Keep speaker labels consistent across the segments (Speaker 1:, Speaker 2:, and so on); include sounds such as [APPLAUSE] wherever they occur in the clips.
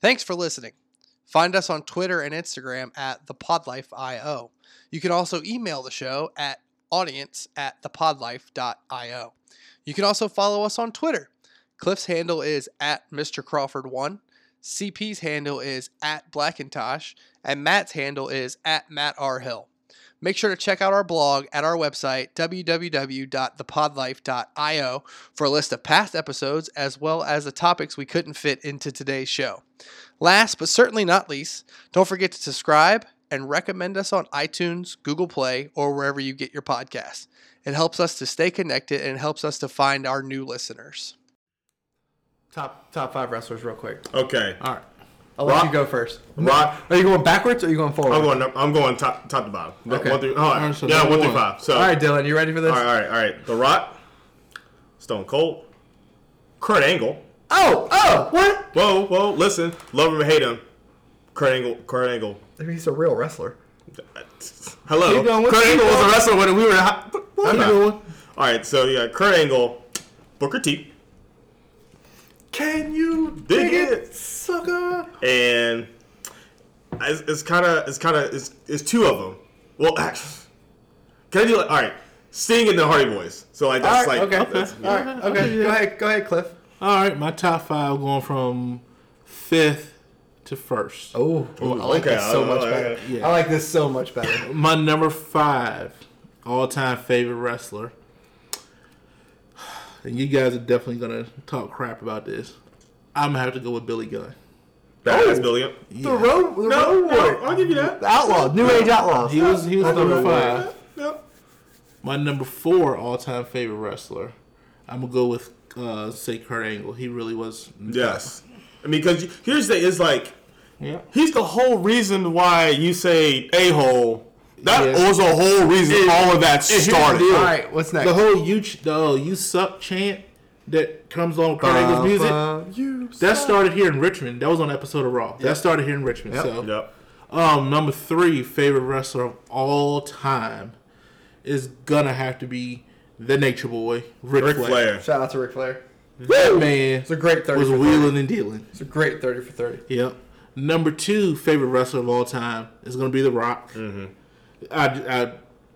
Speaker 1: Thanks for listening. Find us on Twitter and Instagram at thepodlife.io. You can also email the show at audience at thepodlife.io. You can also follow us on Twitter. Cliff's handle is at Mr. Crawford1. CP's handle is at Blackintosh. And Matt's handle is at Matt R. Hill. Make sure to check out our blog at our website, www.thepodlife.io, for a list of past episodes as well as the topics we couldn't fit into today's show. Last but certainly not least, don't forget to subscribe and recommend us on iTunes, Google Play, or wherever you get your podcasts. It helps us to stay connected and it helps us to find our new listeners. Top top five wrestlers, real quick.
Speaker 2: Okay.
Speaker 1: All right, I'll
Speaker 2: Rock-
Speaker 1: let you go first.
Speaker 2: Rock.
Speaker 1: Are you going backwards or are you going forward?
Speaker 2: I'm going. up- I'm going top top to bottom.
Speaker 1: Okay.
Speaker 2: One through. All right.
Speaker 3: All right, so
Speaker 2: yeah,
Speaker 3: number
Speaker 2: one through
Speaker 3: one.
Speaker 2: five. So.
Speaker 1: All right, Dylan, you ready for this?
Speaker 2: All right. All right. All right. The Rock. Stone Cold. Kurt Angle.
Speaker 1: Oh, oh, what?
Speaker 2: Whoa, whoa. Listen, love him or hate him, Kurt Angle. Kurt Angle.
Speaker 1: I mean, he's a real wrestler.
Speaker 2: Hello.
Speaker 3: Keep going, what-
Speaker 2: Kurt
Speaker 3: keep
Speaker 2: Angle was
Speaker 3: going.
Speaker 2: a wrestler when we were. Hot.
Speaker 3: Keep going.
Speaker 2: All right. So yeah, Kurt Angle, Booker T,
Speaker 3: Can you
Speaker 2: Dig it.
Speaker 3: sucker?
Speaker 2: and it's, it's kind of it's kind of it's, it's two of them. Well, [LAUGHS] actually, can I do like all right? Sting and the Hardy Boys. So like that's like [LAUGHS] that's- yeah.
Speaker 1: All right, okay. Go ahead, go ahead, Cliff.
Speaker 3: All right, my top five going from fifth to first.
Speaker 1: Oh, I like
Speaker 2: okay,
Speaker 1: this so
Speaker 2: I-
Speaker 1: much
Speaker 2: I-
Speaker 1: better.
Speaker 3: yeah.
Speaker 1: I like this so much better.
Speaker 3: My number five all time favorite wrestler. [SIGHS] And you guys are definitely gonna talk crap about this. I'm gonna have to go with Billy Gunn.
Speaker 2: Badass Billy.
Speaker 3: Yeah.
Speaker 1: The road, the
Speaker 2: Oh. No,
Speaker 1: road
Speaker 2: no,
Speaker 1: warrior.
Speaker 2: I'll give you that.
Speaker 1: The outlaw, new age outlaw.
Speaker 3: He was he was number five.
Speaker 2: No.
Speaker 3: My number four all time favorite wrestler. I'm gonna go with uh, say Kurt Angle. He really was.
Speaker 2: Yes. I mean, because here's the thing, is like
Speaker 3: Yeah.
Speaker 2: he's the whole reason why you say a hole. That
Speaker 3: Yeah.
Speaker 2: was the whole reason all of that started.
Speaker 1: All right, what's next?
Speaker 3: The whole you ch- the whole you suck chant that comes on with Kurt Angle's music.
Speaker 1: You
Speaker 3: That started here in Richmond. That was on an episode of Raw. That started here in Richmond.
Speaker 1: Yep.
Speaker 3: So,
Speaker 2: Yep.
Speaker 3: um, number three favorite wrestler of all time is gonna have to be the Nature Boy, Ric,
Speaker 2: Ric
Speaker 3: Flair.
Speaker 2: Flair.
Speaker 1: Shout out to Ric Flair.
Speaker 3: That man
Speaker 1: It's a great 30
Speaker 3: was
Speaker 1: for 30.
Speaker 3: wheeling and dealing.
Speaker 1: It's a great 30 for [LAUGHS] 30.
Speaker 3: Yep. Number two favorite wrestler of all time is gonna be The Rock. Mm-hmm. I, I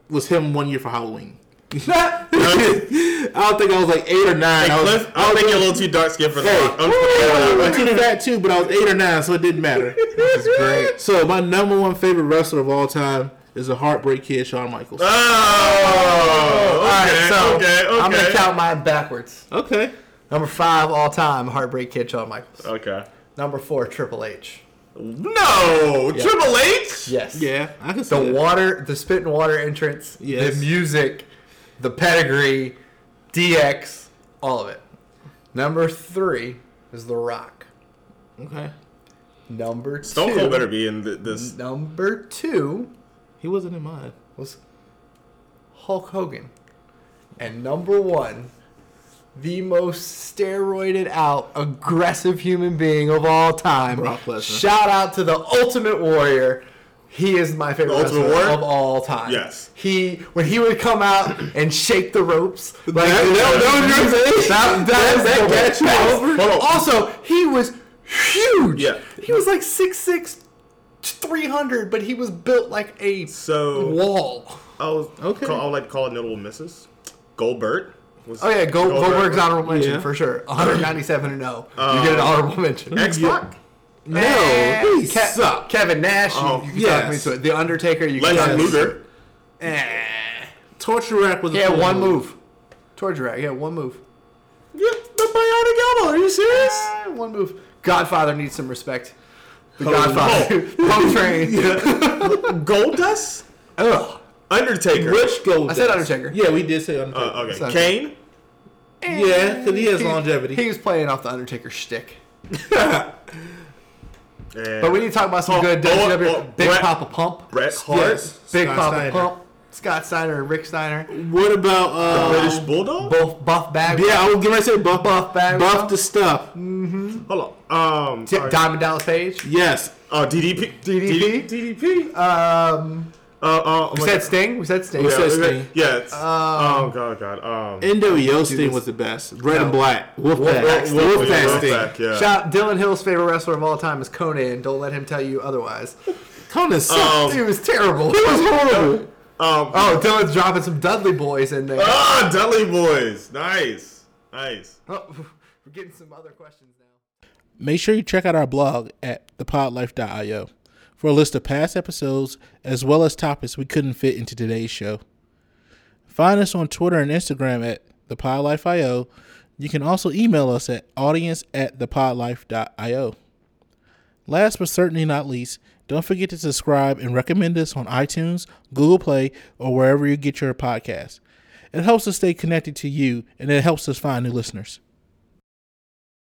Speaker 3: was him one year for Halloween. [LAUGHS] I don't think I was like eight or nine.
Speaker 2: Hey,
Speaker 3: I was,
Speaker 2: Cliff, I'll make you a little too dark skin for the
Speaker 3: Hey.
Speaker 2: rock. I'm just gonna throw that
Speaker 3: I'm
Speaker 2: out
Speaker 3: too fat too, but I was eight or nine, so it didn't matter.
Speaker 2: [LAUGHS]
Speaker 3: So my number one favorite wrestler of all time is the Heartbreak Kid, Shawn Michaels.
Speaker 2: there. Oh, okay, okay, okay.
Speaker 1: I'm gonna count mine backwards.
Speaker 3: Okay.
Speaker 1: Number five all time, Heartbreak Kid Shawn Michaels.
Speaker 2: Okay.
Speaker 1: Number four, Triple H.
Speaker 2: No, Triple H.
Speaker 1: Yes.
Speaker 3: Yeah, I can see
Speaker 1: The
Speaker 3: that.
Speaker 1: water, the spit and water entrance,
Speaker 3: Yes.
Speaker 1: the music, the pedigree, DX, all of it. Number three is The Rock.
Speaker 3: Okay.
Speaker 1: Number two.
Speaker 2: Stone Cold better be in th- this.
Speaker 1: Number two
Speaker 3: He wasn't in mine.
Speaker 1: was Hulk Hogan. And number one, the most steroided out, aggressive human being of all time.
Speaker 3: Brock Lesnar.
Speaker 1: Shout out to the Ultimate Warrior. He is my favorite
Speaker 2: The Ultimate
Speaker 1: wrestler
Speaker 2: Warrior?
Speaker 1: of all time.
Speaker 2: Yes.
Speaker 1: He when he would come out and shake the ropes. Like, that,
Speaker 2: that was your thing?
Speaker 1: That, that
Speaker 2: That-
Speaker 1: is the
Speaker 2: that got you
Speaker 1: best.
Speaker 2: over? Hold on.
Speaker 1: Also, he was huge.
Speaker 2: Yeah.
Speaker 1: He was like 6'6", 300, but he was built like a
Speaker 2: So
Speaker 1: wall.
Speaker 2: I was
Speaker 3: Okay.
Speaker 2: Call, I would like to call it notable misses. Goldberg. Was
Speaker 1: Oh yeah, Go, Goldberg's honorable mention
Speaker 3: Yeah.
Speaker 1: for sure. 197 and 0. you get an honorable mention.
Speaker 2: X Pac.
Speaker 3: No,
Speaker 1: Eh,
Speaker 3: he
Speaker 1: Ke-
Speaker 3: sucked.
Speaker 1: Kevin Nash, you-
Speaker 2: Oh,
Speaker 1: you, can talk
Speaker 3: yes.
Speaker 1: me to it. The Undertaker, you can talk
Speaker 2: Lex
Speaker 1: me to it.
Speaker 2: Luger.
Speaker 1: Eh.
Speaker 3: Torture rack was. a
Speaker 1: He had
Speaker 3: cool
Speaker 1: one move. Torture rack. He had one move.
Speaker 2: Yeah, the Bionic Elbow. Are you serious?
Speaker 1: Eh, one move. Godfather needs some respect. The
Speaker 2: Hold on.
Speaker 1: Godfather. [LAUGHS] Pump train.
Speaker 2: Goldust.
Speaker 1: Ugh.
Speaker 2: Undertaker.
Speaker 3: Which gold?
Speaker 1: I said Undertaker.
Speaker 3: Yeah, we did say Undertaker.
Speaker 2: Uh, okay.
Speaker 1: Sorry.
Speaker 2: Kane.
Speaker 3: yeah, because he has
Speaker 1: He-
Speaker 3: longevity.
Speaker 1: He was playing off the Undertaker shtick.
Speaker 2: And
Speaker 1: But we need to talk about some
Speaker 2: Oh,
Speaker 1: good
Speaker 2: oh,
Speaker 1: WW.
Speaker 2: oh,
Speaker 1: Big
Speaker 2: Brett-
Speaker 1: Papa Pump.
Speaker 2: Bret Hart.
Speaker 3: Yes.
Speaker 1: Big
Speaker 3: Scott
Speaker 1: Papa
Speaker 3: Steiner.
Speaker 1: Pump. Scott Steiner and Rick Steiner.
Speaker 3: what about uh,
Speaker 2: British Bulldog.
Speaker 1: Both Buff Bagwell.
Speaker 3: Yeah, I was getting ready to say buff,
Speaker 1: Buff Bagwell.
Speaker 3: buff the stuff.
Speaker 2: Hold on. Um. uh,
Speaker 1: Di-
Speaker 2: sorry.
Speaker 1: Diamond Dallas Page.
Speaker 3: Yes,
Speaker 2: Oh, DDP.
Speaker 1: DDP?
Speaker 2: DDP.
Speaker 1: Um,
Speaker 2: Uh, uh,
Speaker 1: We said Sting. We said Sting.
Speaker 2: yeah,
Speaker 3: said
Speaker 2: we said-
Speaker 3: Sting.
Speaker 2: Yeah. It's, oh god, god. Um,
Speaker 3: NWO Sting was the best. Red and black. Wolfpack.
Speaker 2: Wolf- Wolf-
Speaker 3: Wolfpack
Speaker 2: Wolfpack,
Speaker 3: Sting.
Speaker 2: yeah.
Speaker 1: Shout Dylan Hill's favorite wrestler of all time is Conan. Don't let him tell you otherwise.
Speaker 3: Conan sucked.
Speaker 1: He was terrible.
Speaker 3: It was horrible.
Speaker 2: um,
Speaker 1: Oh, Dylan's dropping some Dudley boys in there.
Speaker 2: ah, Dudley Boys. Nice, nice.
Speaker 1: Oh, we're getting some other questions now.
Speaker 3: Make sure you check out our blog at thepodlife.io for a list of past episodes as well as topics we couldn't fit into today's show. Find us on Twitter and Instagram at thepodlife.io. You can also email us at audience at thepodlife.io. Last but certainly not least, don't forget to subscribe and recommend us on iTunes, Google Play, or wherever you get your podcasts. It helps us stay connected to you and it helps us find new listeners.